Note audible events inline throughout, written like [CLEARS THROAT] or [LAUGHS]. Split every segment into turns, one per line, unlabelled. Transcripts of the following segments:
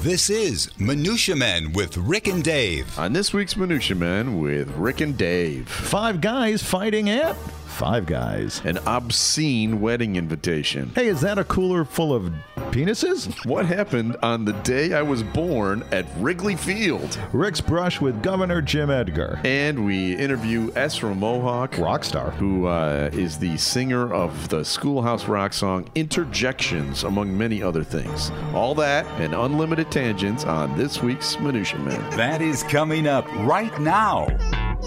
This is Minutia Men with Rick and Dave.
On this week's Minutia Man with Rick and Dave,
Five guys fighting at Five Guys.
an obscene wedding invitation.
Hey, is that a cooler full of penises?
What happened on the day I was born at Wrigley Field?
Rick's brush with Governor Jim Edgar.
And we interview Ezra Mohawk,
Rockstar.
who uh, is the singer of the Schoolhouse Rock song Interjections, among many other things. All that and unlimited tangents on this week's Minutia Man.
That is coming up right now.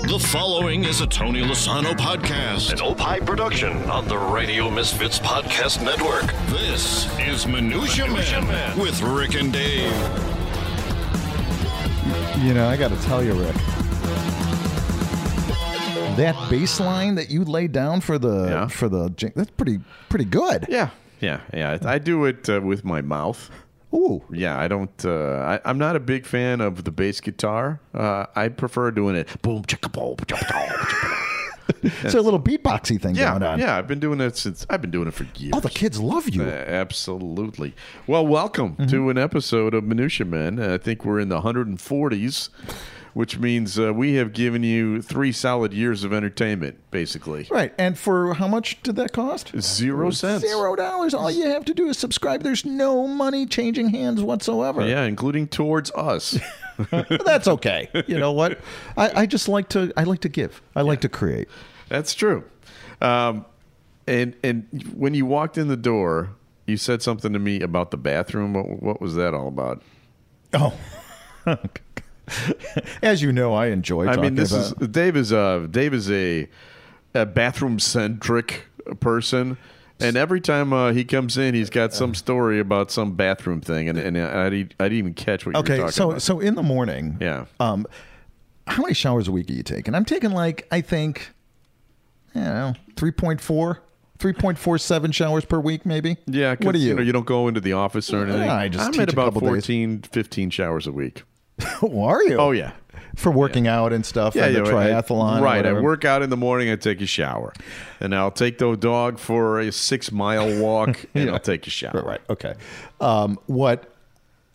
The following is a Tony Lasano podcast, an Opie production on the Radio Misfits Podcast Network. This is Minutia, Man, with Rick and Dave.
You know, I got to tell you, Rick. That bass line that you laid down for the
Yeah.
for the jing- that's pretty pretty good.
Yeah, yeah, yeah. I I do it uh, with my mouth.
Ooh,
Yeah, I don't. Uh, I, I'm not a big fan of the bass guitar. Uh, I prefer doing it. Boom, chicka, boom, chicka, boom, chicka, boom.
it's a little beatboxy thing
Yeah,
going on.
yeah. I've been doing it since. I've been doing it for years.
All the kids love you.
Uh, absolutely. Well, welcome to an episode of Minutia Men. I think we're in the 140s, which means uh, we have given you three solid years of entertainment, basically.
Right. And for how much did that cost?
Zero cents.
Zero dollars. All you have to do is subscribe. There's no money changing hands whatsoever.
Yeah, including towards us.
But that's okay. You know what? I, I just like to I like to give. I like to create.
That's true. Um, and and when you walked in the door, you said something to me about the bathroom. What, what was that all about?
Oh. [LAUGHS] As you know, I enjoy
I
talking
mean, this
about
is Dave is a Dave is a, a bathroom centric person. And every time uh, he comes in, he's got some story about some bathroom thing, and, and I, didn't, I didn't even catch what you were
Okay,
talking
so
about.
so in the morning,
yeah,
um how many showers a week are you taking? I'm taking like I think I don't know, 3.4 3.47 showers per week maybe.
yeah. 'cause,
What are you?
know, you don't go into the office or anything.
I just
I'm
teach
at
a
about
couple days.
14, 15 showers a week.
[LAUGHS] Who are you?
Oh yeah,
For working out and stuff and the
I-
triathlon. and
right. I
whatever.
work out in the morning. I take a shower, and I'll take the dog for a six mile walk,
[LAUGHS]
and I'll take a shower.
Right, right. Okay. Um, what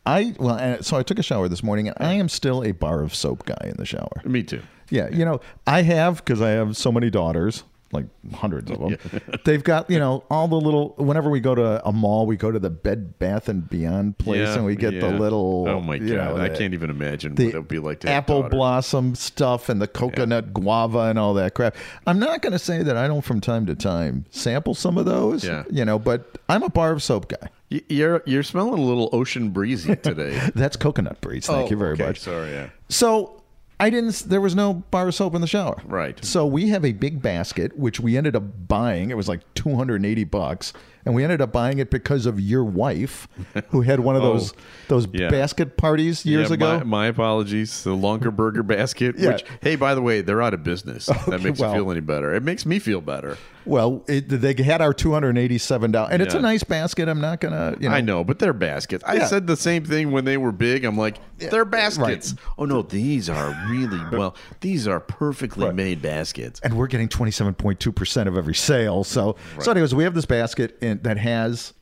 I well, and so I took a shower this morning, and I am still a bar of soap guy in the shower.
Me too.
Yeah, you know, I have because I have so many daughters, like hundreds of them.
[LAUGHS]
They've got you know all the little. Whenever we go to a mall, we go to the Bed Bath and Beyond place,
Yeah,
and we get the
yeah.
little.
Oh my god!
you know,
I
the-
can't even imagine
the
what it would be like to have
apple
daughters.
blossom stuff and the coconut guava and all that crap. I'm not going to say that I don't from time to time sample some of those,
Yeah.
you know, but I'm a bar of soap guy.
Y- You're you're smelling a little ocean
[LAUGHS]
breezy today.
That's coconut breeze. Thank
Oh,
you very
okay,
much.
Sorry. Yeah.
So I didn't. There was no bar of soap in the shower.
Right.
So we have a big basket, which we ended up buying. It was like two hundred and eighty bucks, and we ended up buying it because of your wife,
[LAUGHS]
who had one of those those
Oh, yeah.
basket parties years
Yeah,
ago.
My, my apologies. The Longer Burger Basket,
Yeah.
which, hey, by the way, they're out of business.
[LAUGHS]
that makes
well.
you feel any better. It makes me feel better.
well, it, they had our two hundred and eighty-seven dollars, and it's a
Yeah.
nice basket. I'm not gonna, you know,
I know, but they're baskets. I
Yeah.
said the same thing when they were big. I'm like, they're baskets. Oh no, these are
[LAUGHS]
really well. These are perfectly made baskets.
and we're getting 27.2% of every sale. So, so anyways, we have this basket in, that has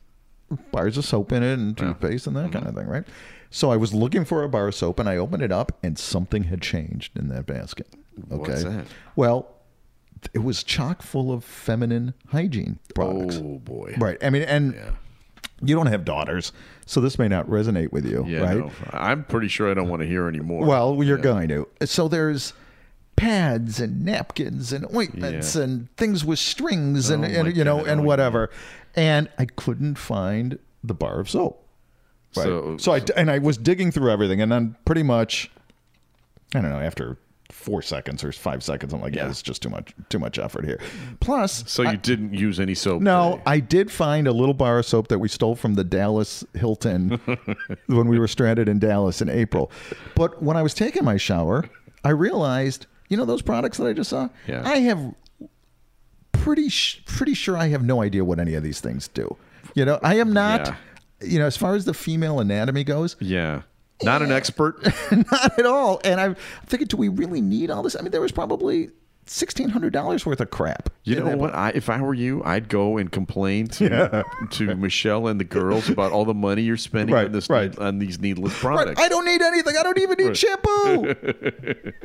bars of soap in it and toothpaste and
Mm-hmm.
that kind of thing, right? So I was looking for a bar of soap and I opened it up and something had changed in that basket. Okay.
What's that?
Well, it was chock full of feminine hygiene products.
Oh boy.
Right. I mean, and you don't have daughters, so this may not resonate with you,
Yeah.
right?
no. I'm pretty sure I don't want to hear anymore.
Well, you're going to. So there's pads and napkins and ointments
Yeah.
and things with strings and,
Oh, my
and you know
God.
and
Oh,
whatever. And I couldn't find the bar of soap. Right. So,
So-
I and I was digging through everything and then pretty much I don't know after 4 seconds or 5 seconds I'm like yeah,
Yeah.
it's just too much too much effort here. Plus
so you didn't use any soap?
no,
today.
I did find a little bar of soap that we stole from the Dallas
[LAUGHS]
Hilton when we were stranded in Dallas in April. But when I was taking my shower, I realized, you know, those products that I just saw.
Yeah.
I have pretty sh- pretty sure I have no idea what any of these things do. You know, I am not.
Yeah.
You know, as far as the female anatomy goes, [LAUGHS]
Yeah. Not an expert.
not at all. And I'm thinking, do we really need all this? I mean, there was probably sixteen hundred dollars worth of crap.
You
in
know
that
what? I, if I were you, I'd go and complain to, to Michelle and the girls about all the money you're spending
Right,
on this
right.
on these needless
Right.
products.
I don't need anything. I don't even
[LAUGHS]
need shampoo.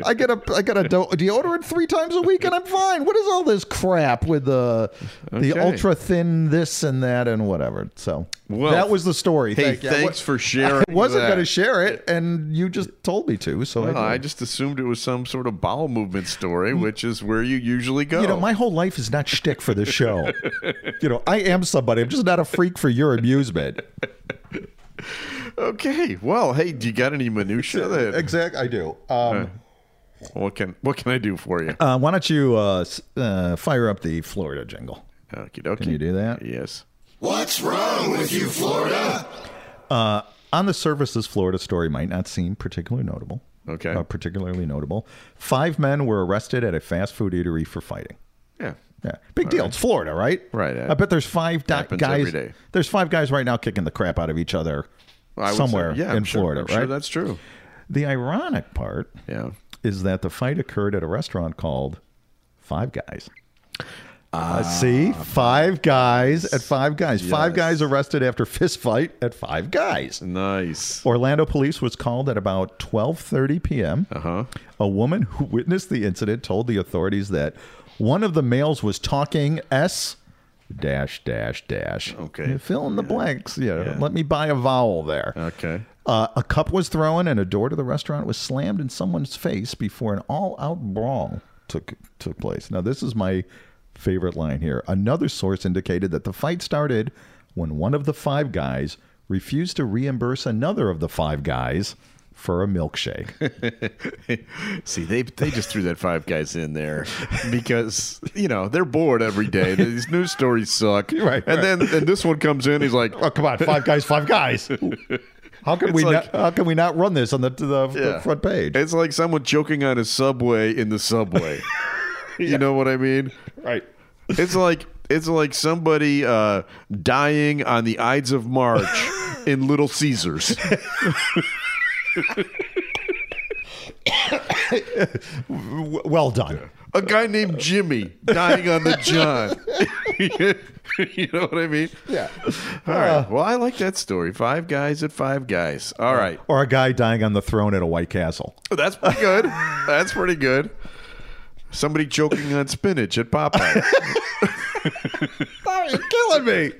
I get a I get a do- deodorant three times a week and I'm fine. What is all this crap with the the
Okay.
ultra thin this and that and whatever? So
Well,
that was the story.
hey,
you.
thanks for sharing
I wasn't
that.
going to share it, and you just told me to. So
Well,
I,
I
did.
just assumed it was some sort of bowel movement story, which is where you usually go.
Mm. you know my whole life is not shtick for this show. you know I am somebody. I'm just not a freak for your amusement.
okay. Well, hey, do you got any minutia? Then?
Exactly, I do. Um,
What can what can I do for you?
uh, why don't you uh, s- uh, fire up the Florida jingle?
Okie dokie.
Can you do that?
Yes.
What's wrong with you, Florida?
On the surface, this Florida story might not seem particularly notable.
Okay.
Uh, particularly notable. Five men were arrested at a fast food eatery for fighting.
Yeah.
Yeah, big deal. It's Florida, right?
Right,
I,
yeah.
bet there's five di-
Happens
guys.
every day.
There's five guys right now kicking the crap out of each other
I would say-
somewhere
yeah,
in
I'm sure-
Florida,
I'm
right?
sure that's true.
the ironic part
Yeah.
is that the fight occurred at a restaurant called Five Guys. Uh, see, Five Guys at Five Guys. Five
Ah, yes.
guys arrested after fist fight at Five Guys. [LAUGHS]
Nice.
Orlando police was called at about 12:30 p.m.
Uh huh.
A woman who witnessed the incident told the authorities that one of the males was talking S dash dash dash.
Okay.
Fill in the blanks. Yeah,
Yeah.
Let me buy a vowel there.
Okay.
Uh, a cup was thrown and a door to the restaurant was slammed in someone's face before an all-out brawl took took place. Now this is my favorite line here. Another source indicated that the fight started when one of the five guys refused to reimburse another of the five guys for a milkshake.
[LAUGHS] See, they they just threw that five guys in
[LAUGHS]
there because you know they're bored every day. These news stories suck.
Right,
And
right.
then and this one comes in. He's like,
Oh, come on, five guys, five guys. How can we
like-
not, how can we not run this on the, to the, the
Yeah.
front page?
It's like someone joking on a subway in the subway.
[LAUGHS]
You know what I mean?
right.
It's like it's like somebody uh, dying on the Ides of March
[LAUGHS]
in Little Caesars.
W- well done.
A guy named Jimmy dying on the John. [LAUGHS] you know what I mean?
Yeah. Uh,
All right. well, I like that story. Five guys at Five Guys. All right.
Or a guy dying on the throne at a White Castle.
That's pretty good. That's pretty good. Somebody joking on spinach at
[LAUGHS]
Popeye.
Oh, you're killing me.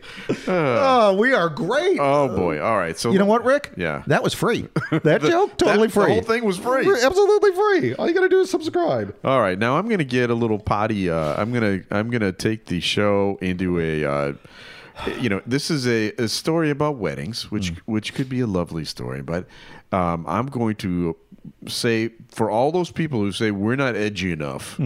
oh, we are great.
Uh. Oh boy. All right. So
you know what, Rick?
Yeah.
That was free. That joke, totally
that- [LAUGHS] the
free.
whole thing was free.
Absolutely free. All you got to do is subscribe.
All right, now I'm gonna get a little potty. Uh, I'm gonna I'm gonna take the show into a, uh, you know, this is a, a story about weddings,
Mm.
which which could be a lovely story, but um, I'm going to say for all those people who say we're not edgy enough,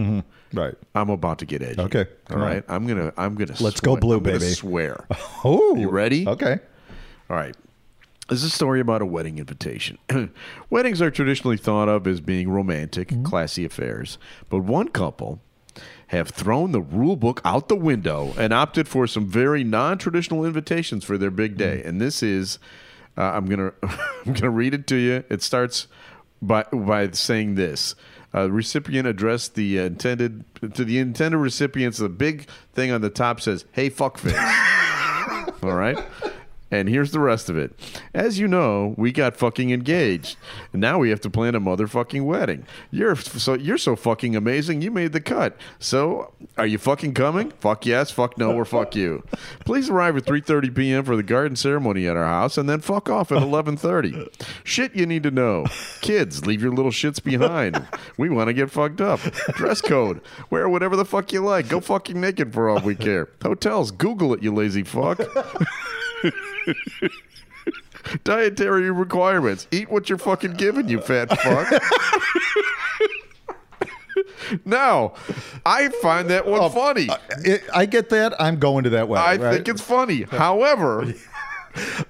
Right.
I'm about to get edgy.
Mm-hmm. Okay,
all
come on.
right, I'm gonna I'm gonna
Let's go blue,
I'm gonna
baby.
Swear. all
[LAUGHS] Oh.
You ready?
Okay.
right. This is a story about a wedding invitation. [CLEARS THROAT] Weddings are traditionally thought of as being romantic, classy affairs, but one couple have thrown the rule book out the window and opted for some very non-traditional invitations for their big day. And this is, uh, I'm gonna, [LAUGHS] I'm gonna read it to you. It starts by by saying this. Uh, recipient addressed the intended to the intended recipients. The big thing on the top says, "Hey, fuckface." [LAUGHS] All right. And here's the rest of it. As you know, we got fucking engaged. Now we have to plan a motherfucking wedding. You're f- so you're so fucking amazing. You made the cut. So are you fucking coming? Fuck yes. Fuck no. Or fuck you. Please arrive at 3:30 p.m. for the garden ceremony at our house, and then fuck off at 11:30. Shit, you need to know. Kids, leave your little shits behind. We want to get fucked up. Dress code. Wear whatever the fuck you like. Go fucking naked for all we care. Hotels. Google it, you lazy fuck. Dietary requirements. Eat what you're fucking given, you fat fuck. now, I find that one funny.
It, I get that. I'm going to that
I
wedding. right?
think it's funny.
[LAUGHS]
However,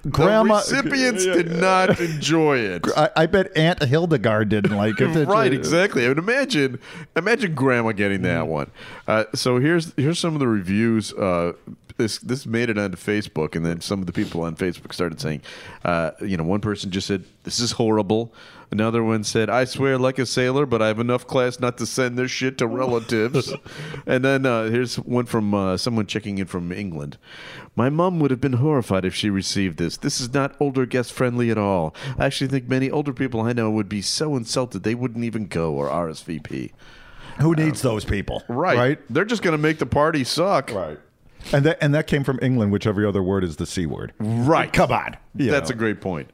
Grandma-
the recipients
[LAUGHS]
did not enjoy it.
I, I bet Aunt Hildegard didn't
[LAUGHS]
like it.
right, exactly. I would imagine, imagine Grandma getting that
Mm.
one. Uh, so here's here's some of the reviews. Uh, this this made it onto Facebook, and then some of the people on Facebook started saying, uh, you know, one person just said, This is horrible. Another one said, I swear like a sailor, but I have enough class not to send this shit to
[LAUGHS]
relatives. and then uh, here's one from uh, someone checking in from England. My mom would have been horrified if she received this. This is not older guest friendly at all. I actually think many older people I know would be so insulted they wouldn't even go or RSVP.
Who needs those people? Right.
They're just going to make the party suck.
Right. And that and that came from England, which every other word is the c word.
Right.
Come on. You
That's
know.
a great point.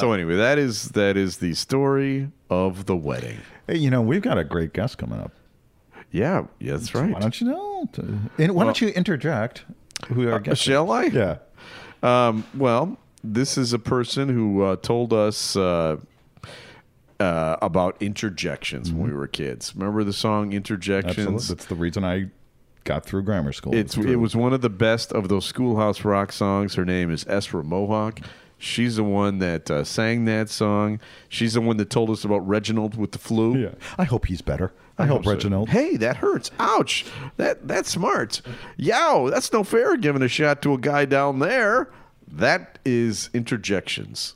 So anyway, that is that is the story of the wedding.
Hey, you know we've got a great guest coming up.
Yeah, yeah, that's right.
Why don't you know? And why don't you interject? Who our
Uh,
guest?
Shall I?
[LAUGHS] Yeah.
Um, well, this is a person who uh, told us uh, uh, about interjections when we were kids. Remember the song
Mm-hmm. Absolutely.
Interjections?
That's the reason I got through grammar school.
It's it was one of the best of those schoolhouse rock songs. Her name is Esra Mohawk. She's the one that uh, sang that song. She's the one that told us about Reginald with the flu.
[LAUGHS] Yeah. I hope he's better. I, hope,
so.
Reginald.
Hey, that hurts. Ouch. That that's smart. Yow, that's no fair giving a shot to a guy down there. That is interjections.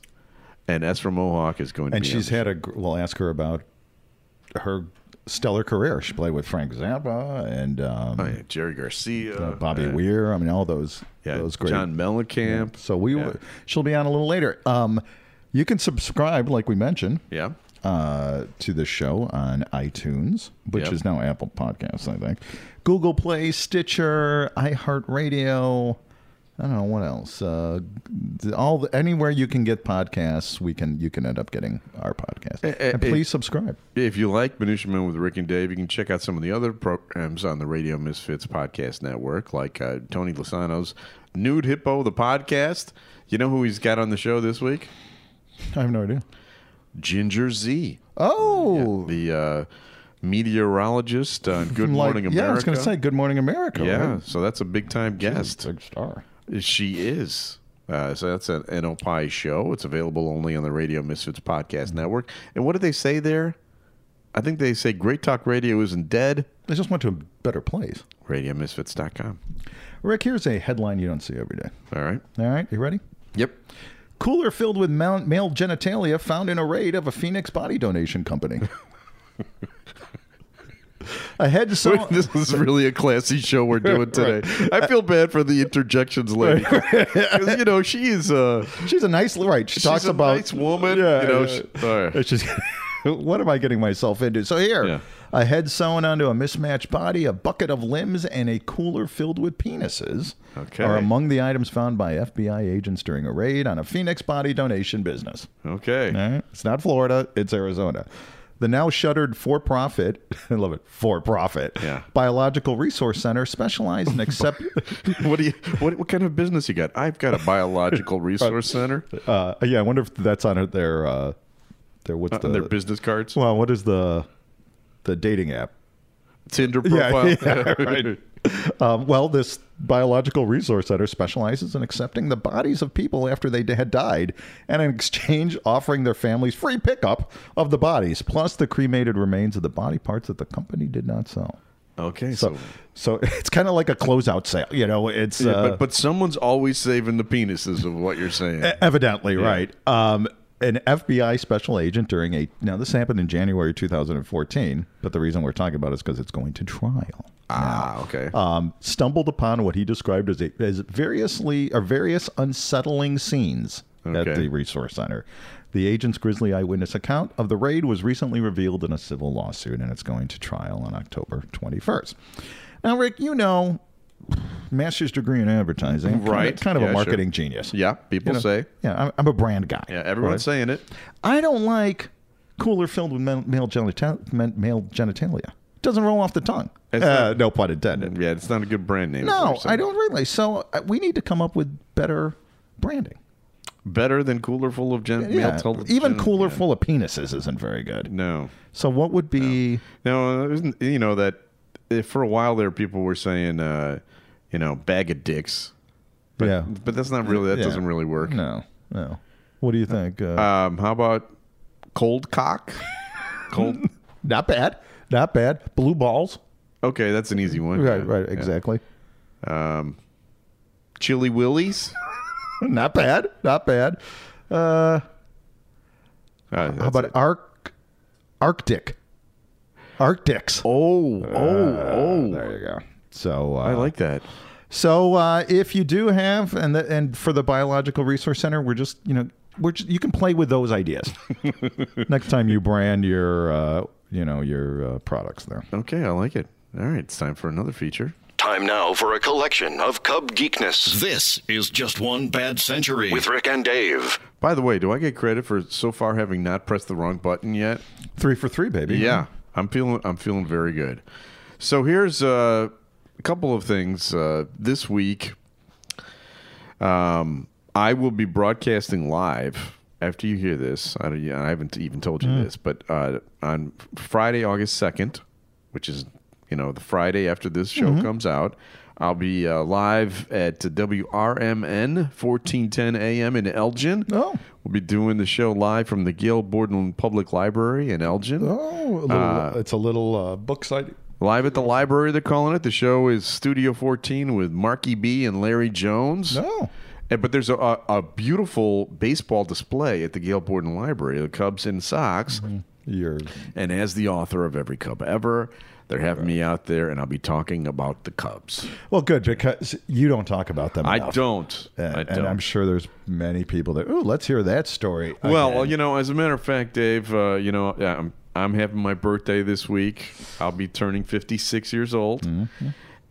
And Esra Mohawk is going to
and
be
she's
on
had a. gr- We'll ask her about her stellar career. She played with Frank Zappa and um,
the- Yeah, Jerry Garcia,
uh, Bobby
uh,
Weir. I mean, all those.
yeah,
Those great.
John Mellencamp.
So we
yeah.
she'll be on a little later. Um, you can subscribe, like we mentioned,
yeah.
uh, to the show on iTunes, which
Yep.
is now Apple Podcasts, I think, Google Play, Stitcher, iHeartRadio. I don't know what else. Uh, all the, anywhere you can get podcasts, we can you can end up getting our podcast.
Eh, eh,
and
eh.
please subscribe.
If you like Minutia Men with Rick and Dave, you can check out some of the other programs on the Radio Misfits Podcast Network, like uh, Tony Lasano's Nude Hippo, the podcast. You know who he's got on the show this week?
I have no idea.
Ginger Z,
Oh,
the uh, meteorologist
[LAUGHS]
on Good
like-
Morning America.
yeah, I was going to say Good Morning America.
Yeah,
right?
so that's a big time guest.
big star.
She is. Uh, so that's an, an Opie show. It's available only on the Radio Misfits Podcast Network. And what do they say there? I think they say Great Talk Radio isn't dead.
They just went to a better place.
RadioMisfits.com.
Rick, here's a headline you don't see every day.
All right.
All right, you ready?
Yep.
Cooler filled with mal- male genitalia found in a raid of a Phoenix body donation company.
[LAUGHS]
a head
[LAUGHS]
saw.
this is really a classy show we're
[LAUGHS]
doing today. I feel bad for the interjections lady. [LAUGHS] 'Cause, you know, she is uh,
she's a nice, right? She
she's
talks
a
about
nice woman.
Yeah,
you know,
yeah.
she- all right.
It's just- [LAUGHS] what am I getting myself into? So here,
Yeah.
a head sewn onto a mismatched body, a bucket of limbs, and a cooler filled with penises
Okay.
are among the items found by FBI agents during a raid on a Phoenix body donation business.
Okay.
All right. It's not Florida, it's Arizona. The now shuttered for profit, [LAUGHS] I love it, for profit,
Yeah.
biological resource center specialized
[LAUGHS]
in accept.
What do you? What, what kind of business you got? I've got a
[LAUGHS]
biological resource center.
uh, yeah, I wonder if that's on their, uh, their what's the,
on their business cards,
uh, well, what is the, the dating app?
Tinder
Yeah,
profile.
[LAUGHS] yeah, right. Um, well, this biological resource center specializes in accepting the bodies of people after they d- had died, and in exchange, offering their families free pickup of the bodies, plus the cremated remains of the body parts that the company did not sell.
[LAUGHS] Okay, so,
So, so [LAUGHS] it's kind of like a closeout sale, you know. It's
Yeah,
uh,
but but someone's always saving the penises of what you're saying.
Eh, Evidently, right. Um, an FBI special agent during a now this happened in January 2014, but the reason we're talking about it is because it's going to trial.
ah, okay.
Um, stumbled upon what he described as a, as variously or various unsettling scenes at
Okay.
the resource center. The agent's grisly eyewitness account of the raid was recently revealed in a civil lawsuit, and it's going to trial on October 21st. Now, Rick, you know, master's degree in advertising, kind of-
Right.
Kind of,
Yeah,
a
sure.
marketing genius.
yeah, people
You know,
say.
yeah, I'm, I'm a brand guy.
Yeah, everyone's
right?
saying it.
I don't like cooler filled with male, male, genita- men- male genitalia. Doesn't roll off the tongue.
It's
Uh,
not-
no pun intended.
Yeah, it's not a good brand name. is what
No,
you're saying.
I don't really. So uh, we need to come up with better branding.
Better than cooler full of gen.
Yeah,
male tel-
even
gen-
cooler
yeah.
full of penises isn't very good.
No,
So what would be?
no, it wasn't- you know that if for a while there, people were saying, uh, you know, bag of dicks. But,
yeah,
but that's not really. That
Yeah.
doesn't really work.
No, no. What do you think? Uh,
Um, how about cold
[LAUGHS]
cock? cold.
not bad, not bad. Blue balls.
Okay, that's an easy one.
Right,
Yeah,
right,
yeah.
exactly. [LAUGHS]
Chili willies.
Not bad, not bad. Uh,
Uh,
How about Arc Arctic? Arctics.
Oh, oh, oh!
There you go. So uh,
I like that.
So uh, if you do have, and the, and for the Biological Resource Center, we're just you know we're just, you can play with
[LAUGHS]
those ideas. Next time you brand your uh, you know your uh, products there.
Okay, I like it. All right, it's time for another feature.
Time now for a collection of Cub geekness. This is just one bad century with Rick and Dave.
By the way, do I get credit for so far having not pressed the wrong button yet?
Three for three, baby.
Yeah, I'm feeling I'm feeling very good. So here's uh, a couple of things uh, this week. Um, I will be broadcasting live after you hear this. I, don't, I haven't even told you
Hmm.
this, but uh, on Friday, August second, which is you know the Friday after this show
Mm-hmm.
comes out, I'll be uh, live at WRMN fourteen ten a.m. in Elgin.
Oh.
we'll be doing the show live from the Gail Borden Public Library in Elgin.
Oh, a little, it's a little uh, book site.
Live at the library, they're calling it. The show is Studio 14 with Marky B and Larry Jones.
No.
And, but there's a, a, a beautiful baseball display at the Gail Borden Library, the Cubs and Sox.
Mm-hmm. You're
And as the author of Every Cub Ever, they're having me out there and I'll be talking about the Cubs.
well, good because you don't talk about them.
I
enough.
don't.
And,
I
and
don't.
I'm sure there's many people that. Oh, let's hear that story.
Well,
again."
you know, as a matter of fact, Dave, uh, you know, yeah, I'm I'm having my birthday this week. I'll be turning 56 years old,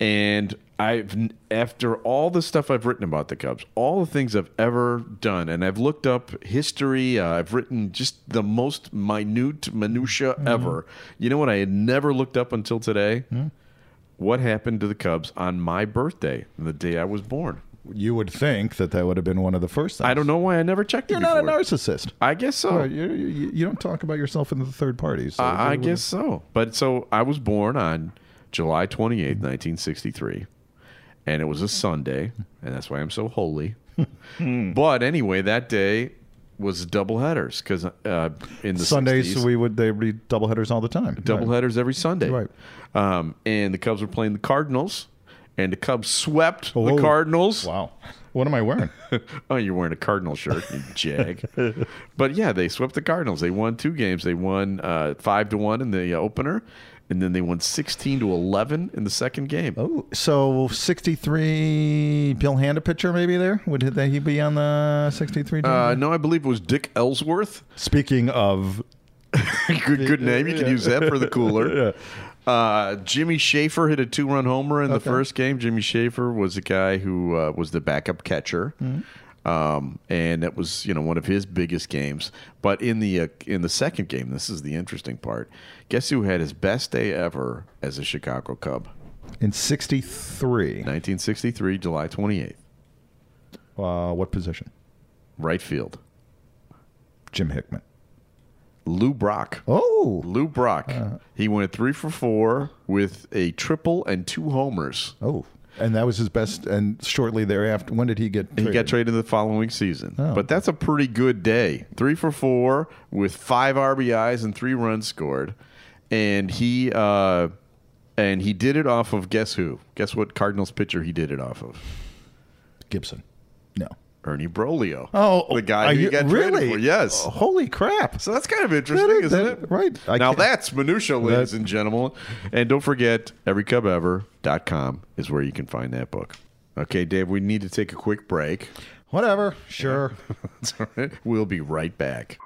and I've n- after all the stuff I've written about the Cubs, all the things I've ever done, and I've looked up history. Uh, I've written just the most minute minutia ever. You know what? I had never looked up until today. What happened to the Cubs on my birthday, the day I was born?
you would think that that would have been one of the first things.
I don't know why I never checked it.
You're not a
before.
narcissist.
I guess so.
Or You, you, you don't talk about yourself in the third party. So
I, I guess so. But so I was born on July 28th, 1963. And it was a Sunday. And that's why I'm so holy.
Hmm.
but anyway, that day was doubleheaders because uh, in the
Sundays
60s,
we would they would be doubleheaders all the time. Right.
doubleheaders every Sunday.
Right.
Um, and the Cubs were playing the Cardinals. And the Cubs swept
Whoa.
the Cardinals.
Oh. Wow. What am I wearing?
Oh, you're wearing a Cardinal shirt, you jag. But yeah, they swept the Cardinals. They won two games. They won uh, five to one in the uh, opener, and then they won sixteen to eleven in the second game.
oh, [LAUGHS] so 63 Bill Handa pitcher maybe there? Would he- he be on the 63 team?
Uh, no, I believe it was Dick Ellsworth.
Speaking of
[LAUGHS] good, good name. You can use that for the cooler. Uh, Jimmy Schaefer hit a two-run homer in the first game. Jimmy Schaefer was the guy who uh, was the backup catcher,
Mm-hmm.
um, and that was you know one of his biggest games. But in the uh, in the second game, this is the interesting part. Guess who had his best day ever as a Chicago Cub?
in 63,
1963, July 28th,
uh, what position?
right field.
Jim Hickman.
Lou Brock.
Oh.
Lou Brock. he went three for four with a triple and two homers.
Oh. And that was his best and shortly thereafter when did he get
He got
traded?
traded the following season.
Oh.
But that's a pretty good day. Three for four with five RBIs and three runs scored. And he uh, and he did it off of guess who? Guess what Cardinals pitcher he did it off of?
Gibson. No.
Ernie Brolio.
Oh,
the guy
are
who
you-
you got
really?
traded for. Yes.
Holy crap.
So that's kind of interesting,
That is-
isn't
that-
it?
right. I
now
can't-
that's minutia, ladies
That-
and gentlemen. And don't forget, everycubever.com is where you can find that book. Okay, Dave, we need to take a quick break. [LAUGHS]
Whatever. Sure.
That's all right. We'll be right back.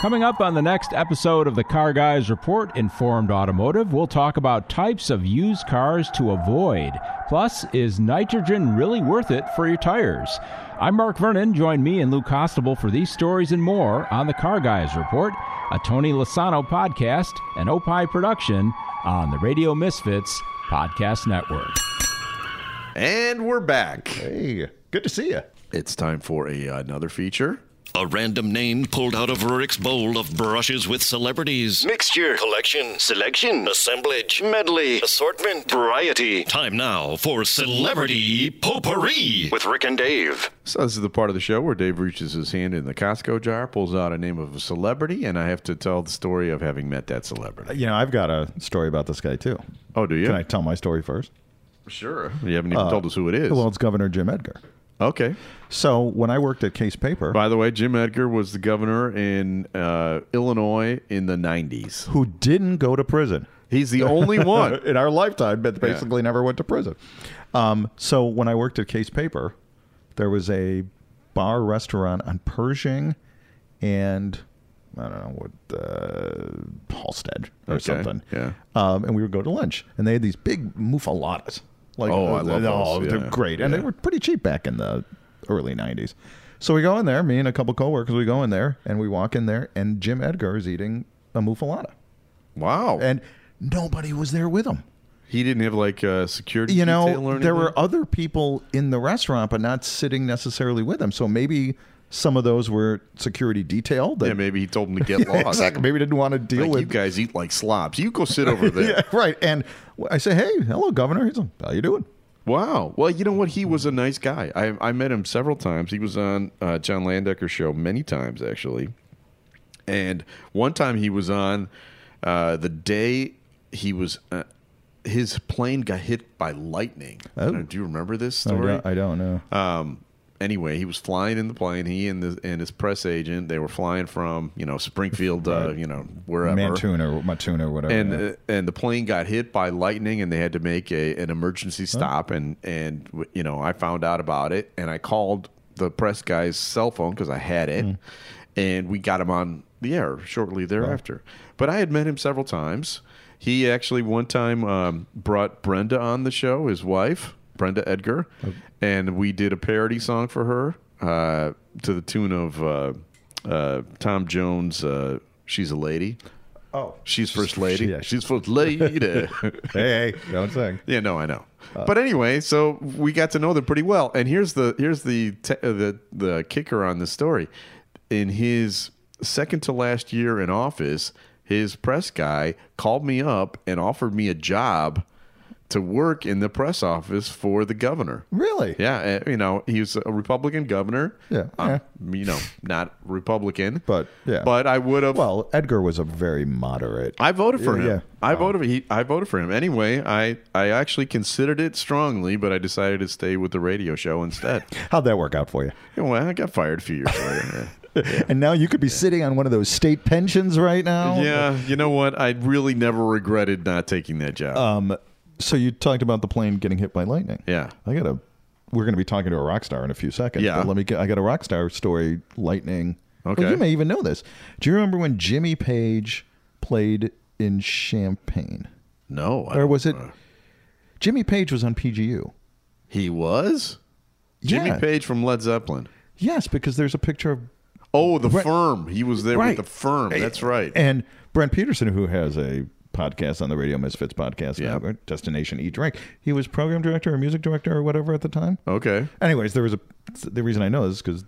Coming up on the next episode of the Car Guys Report Informed Automotive, we'll talk about types of used cars to avoid. Plus, is nitrogen really worth it for your tires? I'm Mark Vernon. Join me and Lou Costable for these stories and more on the Car Guys Report, a Tony Lasano podcast, an Opie production on the Radio Misfits Podcast Network.
And we're back.
Hey, good to see you.
It's time for a, another feature.
A random name pulled out of Rick's bowl of brushes with celebrities. Mixture, collection, selection, assemblage, medley, assortment, variety. Time now for celebrity potpourri with Rick and Dave.
So this is the part of the show where Dave reaches his hand in the Costco jar, pulls out a name of a celebrity, and I have to tell the story of having met that celebrity.
You know, I've got a story about this guy too.
Oh, do you?
Can I tell my story first? Uh,
Sure. You haven't even told us who it is.
Well, it's Governor Jim Edgar.
Okay.
So when I worked at Case Paper,
By the way, Jim Edgar was the governor in uh, Illinois in the 90s.
who didn't go to prison.
He's the
[LAUGHS]
only one.
in our lifetime, but basically never went to prison. Um, so when I worked at Case Paper, there was a bar restaurant on Pershing and I don't know what uh, Halstead or
Okay,
something.
yeah.
Um, and we would go to lunch, and they had these big mufaladas. Like
Oh, I love
oh,
those,
they're
yeah.
great, and they were pretty cheap back in the early '90s. So we go in there, me and a couple coworkers. We go in there, and we walk in there, and Jim Edgar is eating a mufalada,
Wow.
and nobody was there with him
he didn't have like a security
you
detail or
know there
anything?
were other people in the restaurant but not sitting necessarily with them so maybe some of those were security detail that
Yeah, maybe he told him to get lost.
[LAUGHS] exactly maybe didn't want to deal
Like, you
with
guys eat like slobs. You go sit over there.
[LAUGHS] yeah, right and i say hey hello governor he's like how you doing
Wow. Well, you know what? He was a nice guy. I, I met him several times. He was on uh, John Landecker's show many times, actually. And one time he was on uh, the day he was, uh, his plane got hit by lightning. I don't know, Do you remember this
Oh,
story?
don't know
Um, anyway, he was flying in the plane. He and the, and his press agent, they were flying from you know Springfield, uh, you know wherever.
or matuna or whatever
And uh, and the plane got hit by lightning, and they had to make a an emergency stop. And and w- you know I found out about it, and I called the press guy's cell phone because I had it, and we got him on the air shortly thereafter. But I had met him several times. He actually one time um, brought Brenda on the show, his wife Brenda Edgar, and we did a parody song for her uh, to the tune of uh, uh, Tom Jones. Uh, She's a lady.
oh
She's first lady.
yeah.
She's first lady.
[LAUGHS] hey, hey don't sing
[LAUGHS] yeah, no, I know. but anyway, so we got to know them pretty well. And here's the here's the te- uh, the the kicker on the story. In his second to last year in office, his press guy called me up and offered me a job to work in the press office for the governor.
really
Yeah, uh, you know, he was a Republican governor.
Yeah,
Um, you know, not Republican,
But, yeah.
But I would have
well edgar was a very moderate
I voted for him.
Yeah.
I voted. He, I voted for him. Anyway, I I actually considered it strongly, but I decided to stay with the radio show
[LAUGHS]
instead.
how'd that work out for you
You know, well, I got fired a few years
[LAUGHS]
later.
and now you could be sitting on one of those state pensions right now
yeah, you know what? I really never regretted not taking that job.
Um, so you talked about the plane getting hit by lightning.
Yeah.
I got a. We're going to be talking to a rock star in a few seconds.
Yeah.
but let me. Get, I got a rock star story. Lightning. Well,
Okay.
you may even know this. Do you remember when Jimmy Page played in Champagne,
no, I
or
don't-
was it? Jimmy Page was on PGU.
he was
Yeah.
Jimmy Page from Led Zeppelin.
Yes, because there's a picture of
Oh, the firm. He was there
Right.
with the firm. Oh, That's right.
and Brent Peterson, who has a podcast on the Radio Misfits podcast
Yeah.
network, Destination Eat Drink. He was program director or music director or whatever at the time.
okay.
Anyways, there was a the reason I know this is because,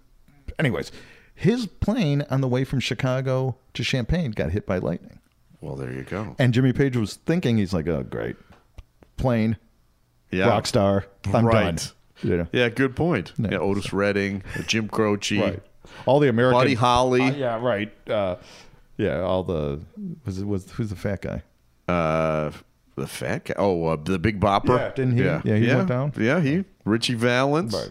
anyways, his plane on the way from Chicago to Champaign got hit by lightning,
Well, there you go.
and Jimmy Page was thinking he's like, oh great, plane,
Yeah.
rock star, I'm
Right.
done. You know?
Yeah, good point.
No.
Yeah, Otis Redding, Jim Croce,
right. All the American,
Buddy Holly.
Uh, yeah, right. Uh, yeah, all the was it was who's the fat guy?
uh the fat guy. Oh, uh, the Big Bopper.
Yeah, didn't he? Yeah, he went down.
Yeah, he Richie Valens.
Right.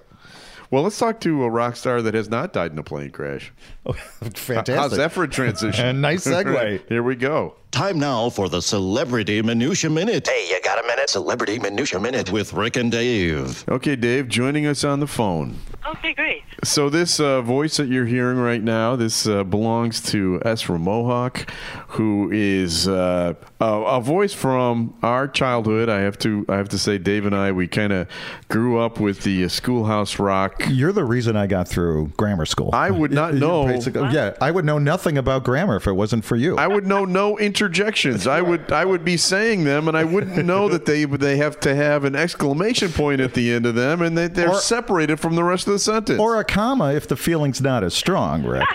Well, let's talk to a rock star that has not died in a plane crash.
Oh, [LAUGHS] fantastic.
How's that for a
[LAUGHS]
transition?
And nice segue.
[LAUGHS] Here we go.
Time now for the Celebrity Minutia Minute. Hey, you got a minute? Celebrity Minutia Minute with Rick and Dave.
Okay, Dave, joining us on the phone.
Okay, great.
So this uh, voice that you're hearing right now, this uh, belongs to Esra Mohawk, who is uh, a, a voice from our childhood. I have to, I have to say, Dave and I, we kind of grew up with the uh, Schoolhouse Rock.
You're the reason I got through grammar school.
I would not
[LAUGHS] You
know.
basically- Yeah, I would know nothing about grammar if it wasn't for you.
I would know no interjections. I would I would be saying them, and I wouldn't know that they they have to have an exclamation point at the end of them, and that they're
Or-
separated from the rest of the sentence.
or a comma if the feeling's not as strong, Rick.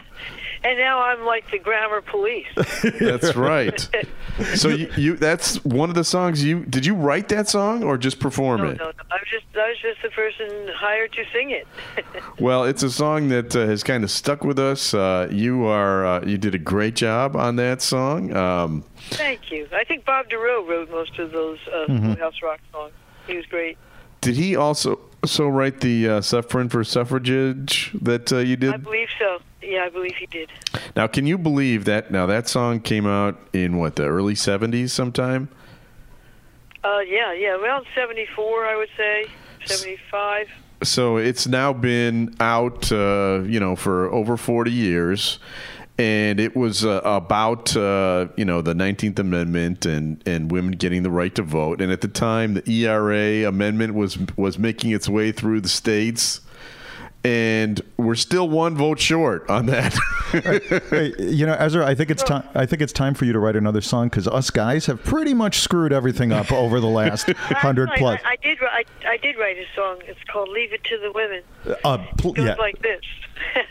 And now I'm like the
[LAUGHS]
grammar police.
that's right. So you, you that's one of the songs you did you write that song or just perform
no, no,
it?
no. I'm just I was just the person hired to sing it.
Well, it's a song that uh, has kind of stuck with us. Uh, you are uh, you did a great job on that song. Um,
Thank you. I
Mm-hmm.
think Bob DeRoe wrote most of those uh, House Rock songs. He was great.
Did he also? So write the uh, suffering for suffrage that uh, you
I
did.
believe so. Yeah, I believe he did.
Now, can you believe that? Now that song came out in what the early '70s, sometime.
Uh, yeah, yeah, around 74, I would say, 75.
So it's now been out, uh, you know, for over 40 years. And it was uh, about, uh, you know, the 19th Amendment and, and women getting the right to vote. And at the time, the ERA amendment was was making its way through the states. And we're still one vote short on that.
Hey, you know, Ezra, I think it's time. I think it's time for you to write another song because us guys have pretty much screwed everything up over the last hundred
[LAUGHS] Actually,
plus.
I, I did. wri- I, I did write a song. It's called "Leave It to the Women."
Uh, pl-
It goes
yeah.
like this. [LAUGHS]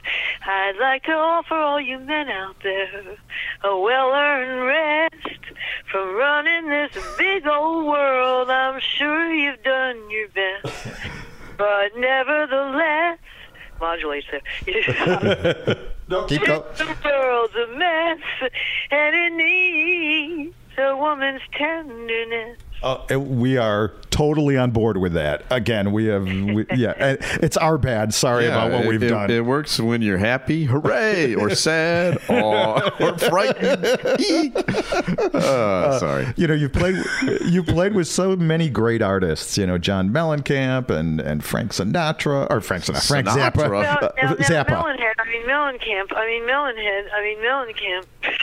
I'd like to offer all you men out there a well-earned rest from running this big old world. I'm sure you've done your best, but nevertheless, modulates there. [LAUGHS]
Keep going.
The world's a mess, and it needs a woman's tenderness.
Uh, and we are totally on board with that. Again, we have, we,
[LAUGHS]
yeah, and it's our bad. Sorry
[LAUGHS]
about what
it,
we've
it-
done.
It works when you're happy, hooray,
[LAUGHS]
or sad, or, or frightened.
[LAUGHS]
[LAUGHS] uh, sorry.
you know, you've played, you played with so many great artists. You know, John Mellencamp and and Frank Sinatra or Frank Sinatra, Frank
Sinatra.
Zappa,
Now,
uh,
now, now,
Zappa.
Mellencamp, I mean Mellencamp. I mean Melonhead. I mean Mellencamp.
[LAUGHS]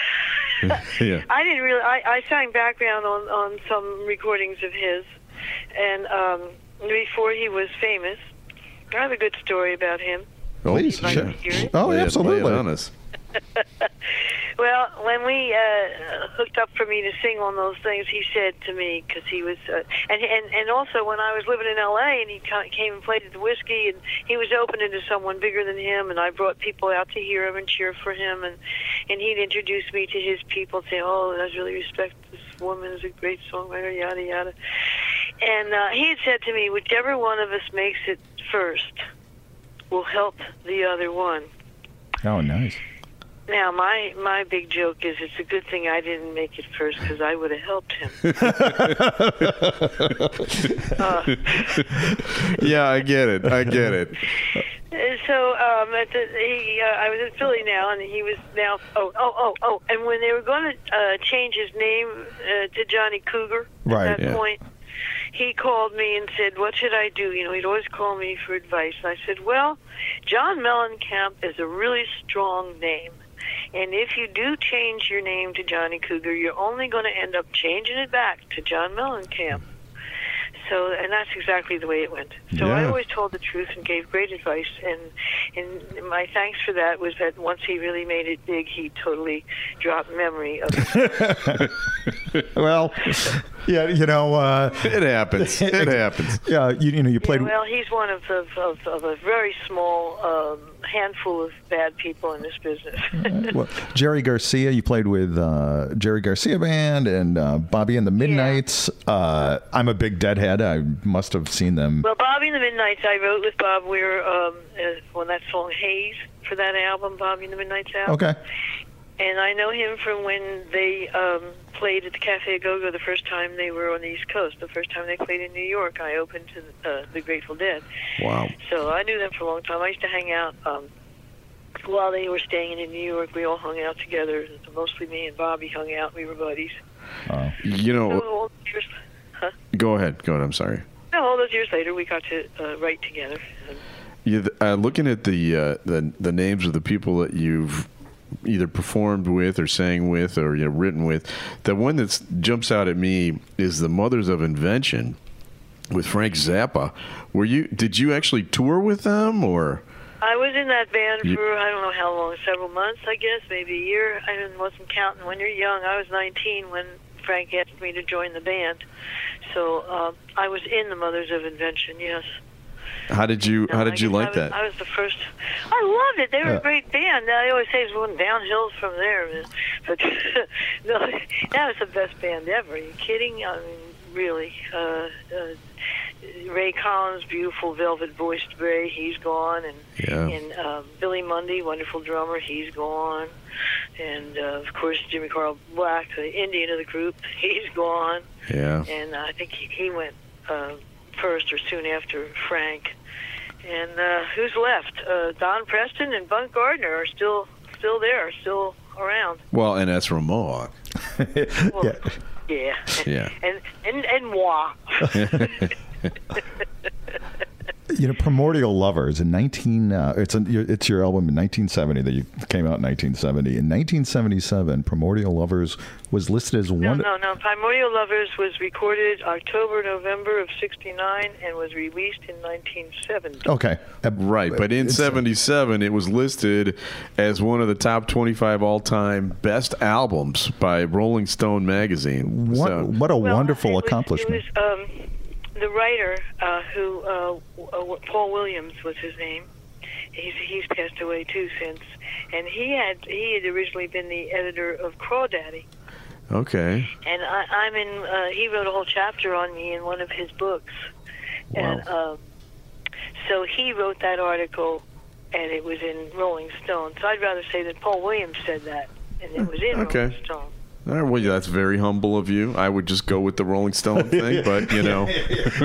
Yeah.
I didn't really. I, I sang background on on some recordings of his, and um, before he was famous, I have a good story about him.
Please,
Like to hear it?
Oh,
Lay it- lay it
absolutely.
on us.
Well, when we uh, hooked up for me to sing on those things, he said to me because he was, uh, and and and also when I was living in L.A. and he ca- came and played at the whiskey, and he was opening to someone bigger than him, and I brought people out to hear him and cheer for him, and and he'd introduce me to his people, and say, oh, I really respect this woman, is a great songwriter, yada yada, and uh, he had said to me, whichever one of us makes it first will help the other one.
Oh, nice.
Now, my my big joke is it's a good thing I didn't make it first because I would have helped
[LAUGHS]
him.
Yeah, I get it. I get it.
And so um, at the, he, uh, I was in Philly now, and he was now. Oh, oh, oh, oh! And when they were going to uh, change his name uh, to Johnny Cougar,
Right,
At that
yeah.
point, he called me and said, "What should I do?" You know, he'd always call me for advice, and I said, "Well, John Mellencamp is a really strong name." And if you do change your name to Johnny Cougar, you're only going to end up changing it back to John Mellencamp. So, and that's exactly the way it went. So I
Yeah.
always told the truth and gave great advice, and and my thanks for that was that once he really made it big, he totally dropped memory of.
Well, [LAUGHS] yeah, you know, uh,
It [LAUGHS] happens. It happens.
yeah, you, you know, you played.
Yeah, well, he's one of the, of, of a very small um, handful of bad people in this business.
well, Jerry Garcia, you played with uh, Jerry Garcia Band and uh, Bobby and the Midnights. Uh, I'm a big Deadhead. I must have seen them.
well, Bobby and the Midnights, I wrote with Bob. We were um, uh, on that song Haze for that album, Bobby and the Midnights album.
Okay.
And I know him from when they um, played at the Cafe Gogo the first time they were on the East Coast. The first time they played in New York, I opened to uh, the Grateful Dead.
Wow.
So I knew them for a long time. I used to hang out um, while they were staying in New York. We all hung out together. Mostly me and Bobby hung out. We were buddies.
You
So
know,
all those years, huh?
go ahead. Go ahead. I'm sorry.
No, all those years later, we got to uh, write together. And
You, th- uh, looking at the, uh, the the names of the people that you've either performed with or sang with or you know, written with, the one that jumps out at me is the Mothers of Invention with Frank Zappa. Were you? Did you actually tour with them or?
I was in that band
You-
for I don't know how long, several months, I guess, maybe a year. I didn't- wasn't counting. When you're young, I was 19 when Frank asked me to join the band. So um, I was in the Mothers of Invention. Yes.
How did you?
No,
How
I
did you
guess I
like
was-
that?
I was the first. I loved it. They were a great band. I always say it's going downhill from there, man. but [LAUGHS] no, that was the best band ever. Are you kidding? I mean, really. Uh, uh, Ray Collins, beautiful velvet voiced Ray, he's gone, and
Yeah.
and uh, Billy Mundy, wonderful drummer, he's gone, and uh, of course Jimmy Carl [LAUGHS] Black, the Indian of the group, he's gone
yeah.
and I think he, he went uh, first or soon after Frank. And uh, who's left? Uh, Don Preston and Bunk Gardner are still still there, still around.
Well, and that's Ramon.
Well, yeah. Yeah.
Yeah.
And and and moi.
You know, Primordial Lovers in 19. Uh, it's an, your- it's your album in 1970 that you came out in 1970. In 1977, Primordial Lovers was listed as
No,
one.
no, no. Primordial Lovers was recorded October, November of '69, and was released in 1970.
Okay, Uh,
Right, but in
it's-
'77, it was listed as one of the top 25 all-time best albums by Rolling Stone magazine.
What,
So-
what a
Well,
wonderful
it was-
accomplishment.
It was um, the writer uh, who uh, w- uh, w- Paul Williams was his name. He's he's passed away too since, and he had he had originally been the editor of Crawdaddy,
okay,
and I, I'm in. Uh, he wrote a whole chapter on me in one of his books, and um, so he wrote that article, and it was in Rolling Stone. So I'd rather say that Paul Williams said that, and
Hmm.
it was in
Okay.
Rolling Stone.
All right, well, yeah, that's very humble of you. I would just go with the Rolling Stone thing,
[LAUGHS]
but you know,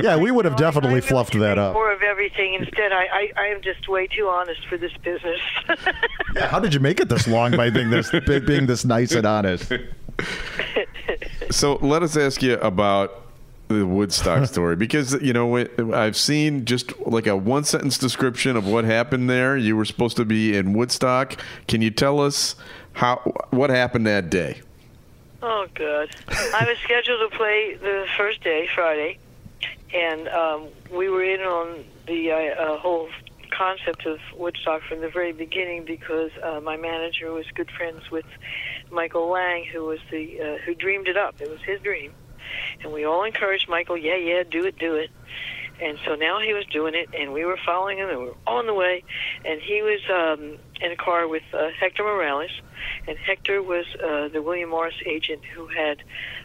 yeah, we would have
Well, I- I
definitely
really
fluffed
think
that up.
More of everything. Instead, I, I, I am just way too honest for this business. [LAUGHS]
Yeah, How did you make it this long by being this [LAUGHS] be- being this nice and honest?
so let us ask you about the
[LAUGHS]
Woodstock story because you know when- I've seen just like a one sentence description of what happened there. You were supposed to be in Woodstock. Can you tell us how what happened that day?
oh, God. I was scheduled to play the first day, Friday, and um, we were in on the uh, uh, whole concept of Woodstock from the very beginning because uh, my manager was good friends with Michael Lang, who was the uh, who dreamed it up. It was his dream, and we all encouraged Michael. Yeah, yeah, do it, do it. And so now he was doing it, and we were following him, and we were on the way. And he was um, in a car with uh, Hector Morales, and Hector was uh, the William Morris agent who had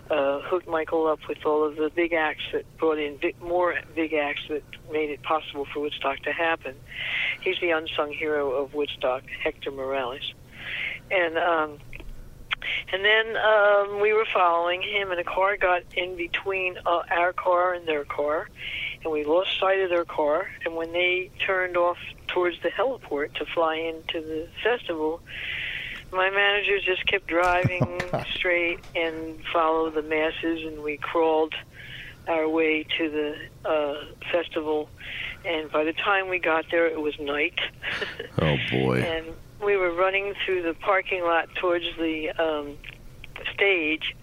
uh, hooked Michael up with all of the big acts that brought in big, more big acts that made it possible for Woodstock to happen. He's the unsung hero of Woodstock, Hector Morales, and. Um, and then um, we were following him, and a car got in between uh, our car and their car, and we lost sight of their car. And when they turned off towards the heliport to fly into the festival, my manager just
[LAUGHS]
kept driving straight and followed the masses, and we crawled our way to the uh, festival. And by the time we got there, it was night.
Oh boy!
[LAUGHS] and we were running through the parking lot towards the um, stage,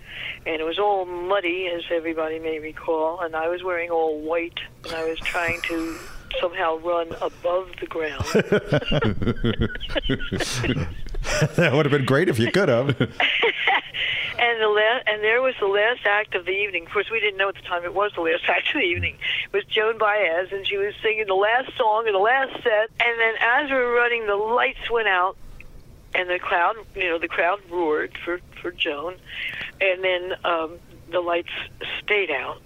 and it was all muddy, as everybody may recall, and I was wearing all white, and I was trying to somehow run above the ground.
that would have been great if you
[LAUGHS]
could have.
and the la- and there was the last act of the evening. Of course, we didn't know at the time it was the last [LAUGHS] act of the evening. It was Joan Baez, and she was singing the last song in the last set. And then as we were running, the lights went out, and the crowd, you know, the crowd roared for for Joan, and then um, the lights stayed out.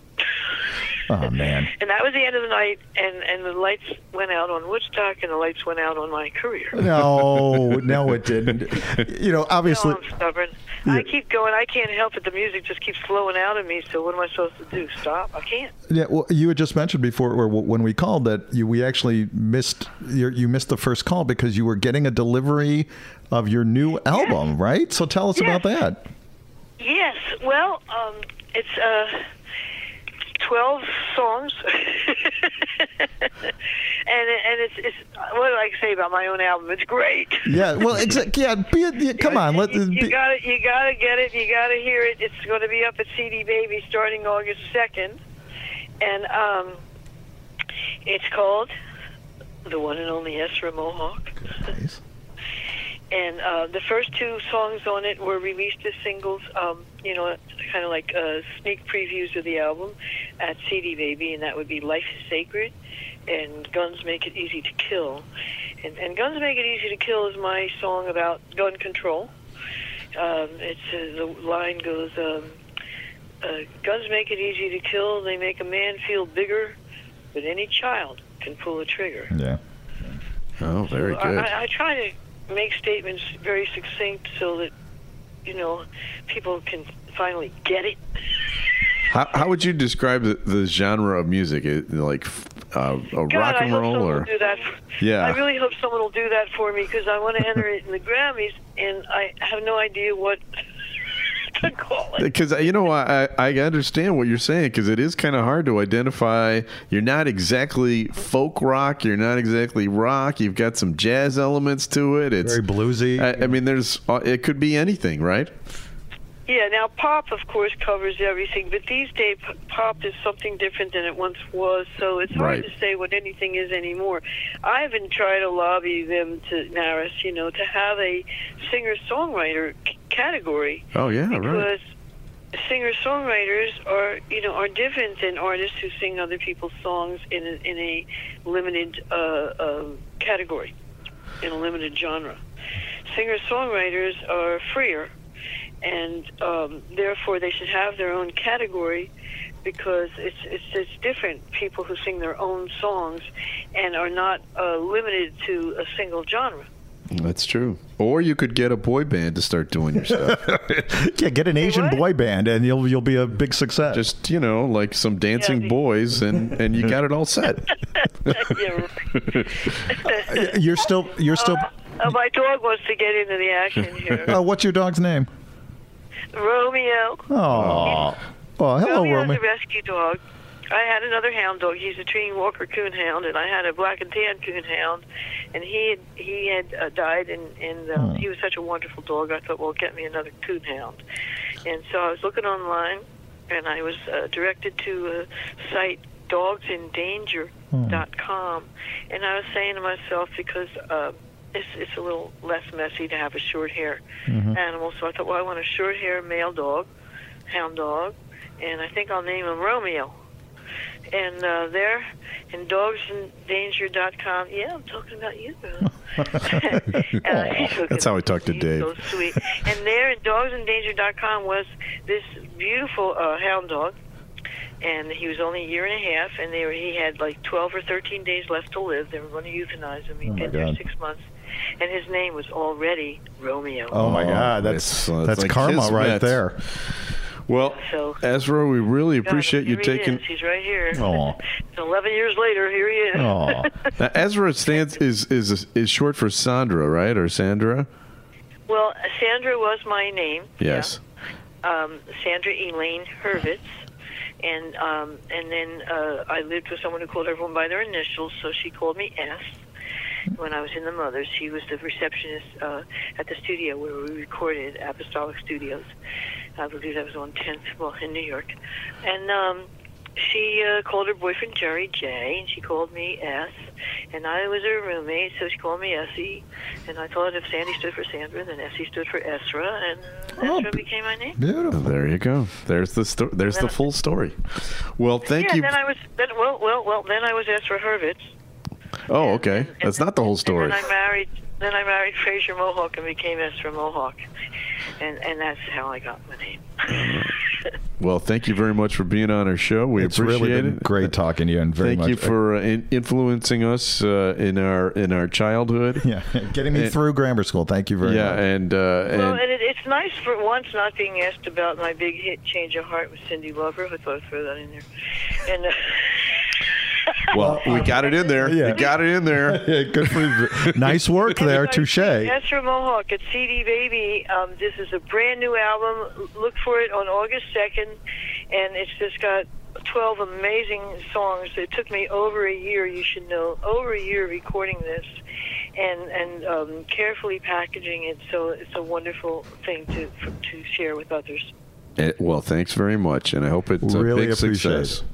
Oh man,
And that was the end of the night, and, and the lights went out on Woodstock, and the lights went out on my career.
no, no, it didn't. You know, obviously,
No, I'm stubborn. I keep going. I can't help it. The music just keeps flowing out of me. So what am I supposed to do? Stop? I can't.
yeah. Well, you had just mentioned before, or w- when we called that you, we actually missed your, you missed the first call because you were getting a delivery of your new album, right? So tell us about that.
Yes. Well, um, it's uh, twelve songs, [LAUGHS] and and it's it's what do I say about my own album? It's great.
Yeah. Well, exactly. Yeah. Be, a- yeah, come on. Let.
you, you
Be,
gotta you gotta get it. You gotta hear it. It's going to be up at CD Baby starting August second, and um, it's called the one and only Ezra Mohawk.
nice.
and uh, the first two songs on it were released as singles, um, you know, kind of like uh, sneak previews of the album at CD Baby, and that would be Life is Sacred and Guns Make It Easy to Kill. And, and Guns Make It Easy to Kill is my song about gun control. Um, it's uh, the line goes, um, uh, "Guns make it easy to kill. They make a man feel bigger, but any child can pull a trigger."
Yeah.
Oh, very
I-
good.
I, I try to make statements very succinct so that you know people can finally get it.
How, how would you describe the, the genre of music? It- Like uh, a
God,
rock
I
and
hope
roll,
someone
or
will do that.
Yeah.
I really hope someone will do that for me because I want to enter it in the Grammys, and I have no idea what [LAUGHS] to call it.
Because uh, you know, I I I understand what you're saying because it is kind of hard to identify. You're not exactly folk rock. You're not exactly rock. You've got some jazz elements to it. It's
Very bluesy.
I, I mean, there's uh, it could be anything, right?
Yeah, now pop, of course, covers everything, but these days p- pop is something different than it once was, so it's hard
Right.
to say what anything is anymore. I've been trying to lobby them to Naris, you know, to have a singer-songwriter c- category.
Oh yeah, right.
because singer songwriters are you know are different than artists who sing other people's songs in a, in a limited uh, um, category in a limited genre. Singer songwriters are freer, and um, therefore they should have their own category because it's, it's it's different people who sing their own songs and are not uh, limited to a single genre. [LAUGHS]
That's true. Or you could get a boy band to start doing your [LAUGHS] stuff.
yeah, get an Asian
What?
boy band and you'll you'll be a big success.
Just you know, like some dancing
the-
boys, and and you got it all
[LAUGHS]
set.
yeah,
you're still you're still.
uh, my dog wants to get into the action here.
Uh, what's your dog's name?
Romeo.
Oh, oh, hello,
Romeo's
Roman.
a rescue dog. I had another hound dog. He's a treating Walker Coon Hound, and I had a black and tan Coon Hound, and he had, he had uh, died, and and uh, he was such a wonderful dog. I thought, well, get me another Coon Hound, and so I was looking online, and I was uh, directed to a site dogsindanger.com, and I was saying to myself because. Uh, it's, it's a little less messy to have a short hair
Mm-hmm.
animal, so I thought, well, I want a short hair male dog, hound dog, and I think I'll name him Romeo. And uh, there, in dogsindanger.com, yeah, I'm talking about you,
[LAUGHS]
bro. [LAUGHS]
That's how I talk to Dave.
So sweet. And there, in dogsindanger.com, was this beautiful uh, hound dog, and he was only a year and a half, and they were, he had like 12 or 13 days left to live. They were going to euthanize him.
Oh,
He'd
my
been there
God.
six months, and his name was already Romeo.
Oh my
Oh,
God,
it's-
that's
it's
that's
like
karma
kismet.
right there.
Well,
So-
Ezra, we really
God,
appreciate you
here he
taking.
is. He's right here.
Aw.
It's 11 years later, here he is.
Oh,
Now, Ezra stands is is is short for Sandra, right? Or Sandra?
Well, Sandra was my name.
Yes.
Yeah. Um, Sandra Elaine Hurwitz. And um, and then uh, I lived with someone who called everyone by their initials, so she called me S. When I was in the mothers, she was the receptionist uh, at the studio where we recorded Apostolic Studios. I believe that was on 10th, well, in New York. And um, she uh, called her boyfriend Jerry J, and she called me S, and I was her roommate, so she called me Essie, and I thought if Sandy stood for Sandra, then Essie stood for Esra, and
Oh,
Esra
b-
became my name.
beautiful.
There you go. There's the sto- there's the full story. Well, thank
yeah,
you.
then I was then well, well, well, then I was Esra Hurwitz.
oh, okay.
and
That's
then-
not the whole story.
And then I married, then I married Fraser Mohawk and became Esra Mohawk, and and that's how I got my name.
Well, thank you very much for being on our show. We
It's
appreciate
really been
it.
great talking to you, and very
Thank
much.
you for uh, in- influencing us uh, in our in our childhood.
[LAUGHS] yeah, getting me
And-
through grammar school. Thank you very
Yeah,
much.
and uh,
Well,
and
and it, it's nice for once not being asked about my big hit "Change of Heart" with Cindy Lover. I thought I'd throw that in there. And uh, [LAUGHS]
well, we got it in there.
Yeah.
We got it in
[LAUGHS]
there.
Yeah, good for
[LAUGHS]
you. nice work there,
everybody,
touche.
Ezra Mohawk at CD Baby. Um, this is a brand new album. Look for it on August second, and it's just got. 12 amazing songs. It took me over a year, you should know, over a year recording this and and um, carefully packaging it so it's a wonderful thing to for, to share with others.
Eh, well, thanks very much, and I hope it's a
Really
big
appreciate it.
success.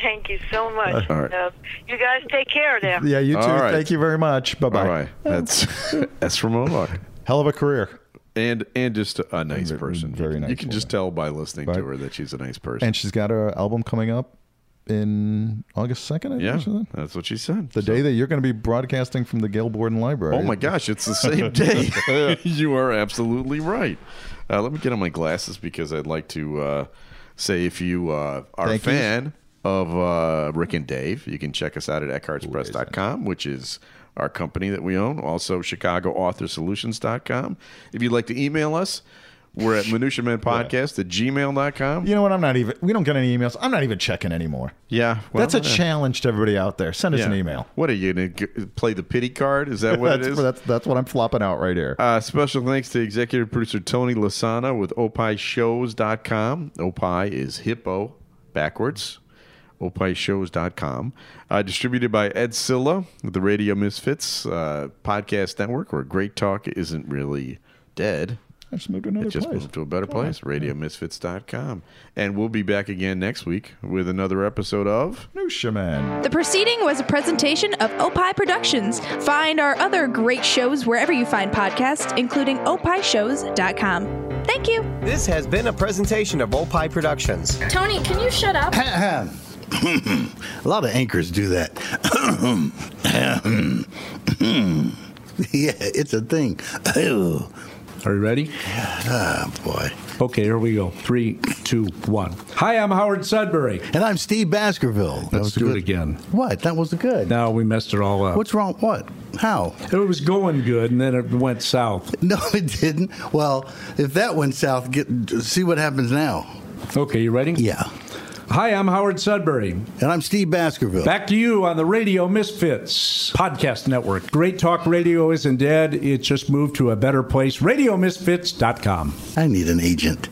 Thank you so much.
Uh, all right.
Uh, you guys take care now.
Yeah, you too.
All right.
Thank you very much. Bye
All
bye.
right,
[LAUGHS]
that's [LAUGHS] that's from Mohawk.
Hell of a career.
and and just a, a nice
Very-
person.
very
You
nice
can just
woman.
tell by listening to
Right.
her that she's a nice person.
And she's got her album coming up in August second. I think,
yeah,
or something.
that's what she said.
the day that you're going to be broadcasting from the Gail Borden Library. [LAUGHS]
Oh my gosh, it's the same day. [LAUGHS] you are absolutely right. Uh, let me get on my glasses because I'd like to uh, say if you uh, are
Thank
a
you.
fan of uh, Rick and Dave, you can check us out at eckhartspress.com, which is our company that we own. Also, ChicagoAuthorSolutions.com. If you'd like to email us, We're at Minutia Man Podcast at gmail.com.
You know what? I'm not even. We don't get any emails. I'm not even checking anymore.
Yeah, well,
that's a
yeah.
challenge to everybody out there. Send us an
Yeah.
email.
What are you going to play the pity card? Is that what
[LAUGHS] that's,
it is?
that's that's what I'm flopping out right here.
Uh, special thanks to executive producer Tony Lasana with opishows.com. Opie is hippo backwards. opishows.com. Uh, distributed by Ed Silla with the Radio Misfits uh, podcast network, where great talk isn't really dead.
I just moved to another
It just
place. Oh,
moved to a better place. RadioMisfits.com. And we'll be back again next week with another episode of.
Minutia Man.
The proceeding was a presentation of Opie Productions. Find our other great shows wherever you find podcasts, including opishows.com. Thank you.
This has been a presentation of Opie Productions.
Tony, can you shut up?
A lot of anchors do that. [COUGHS] yeah, it's a thing.
Are you ready?
ah, boy.
Okay, here we go. Three, two, one. Hi, I'm Howard Sudbury.
And I'm Steve Baskerville. That
Let's
was
do
good.
it again.
What? That was good.
Now we messed it all up.
What's wrong? What? How?
it was going good, and then it went south.
[LAUGHS] No, it didn't. Well, if that went south, get see what happens now.
Okay, you ready?
Yeah.
Hi, I'm Howard Sudbury.
And I'm Steve Baskerville.
Back to you on the Radio Misfits Podcast Network. Great Talk Radio isn't dead. It just moved to a better place. RadioMisfits.com.
I need an agent.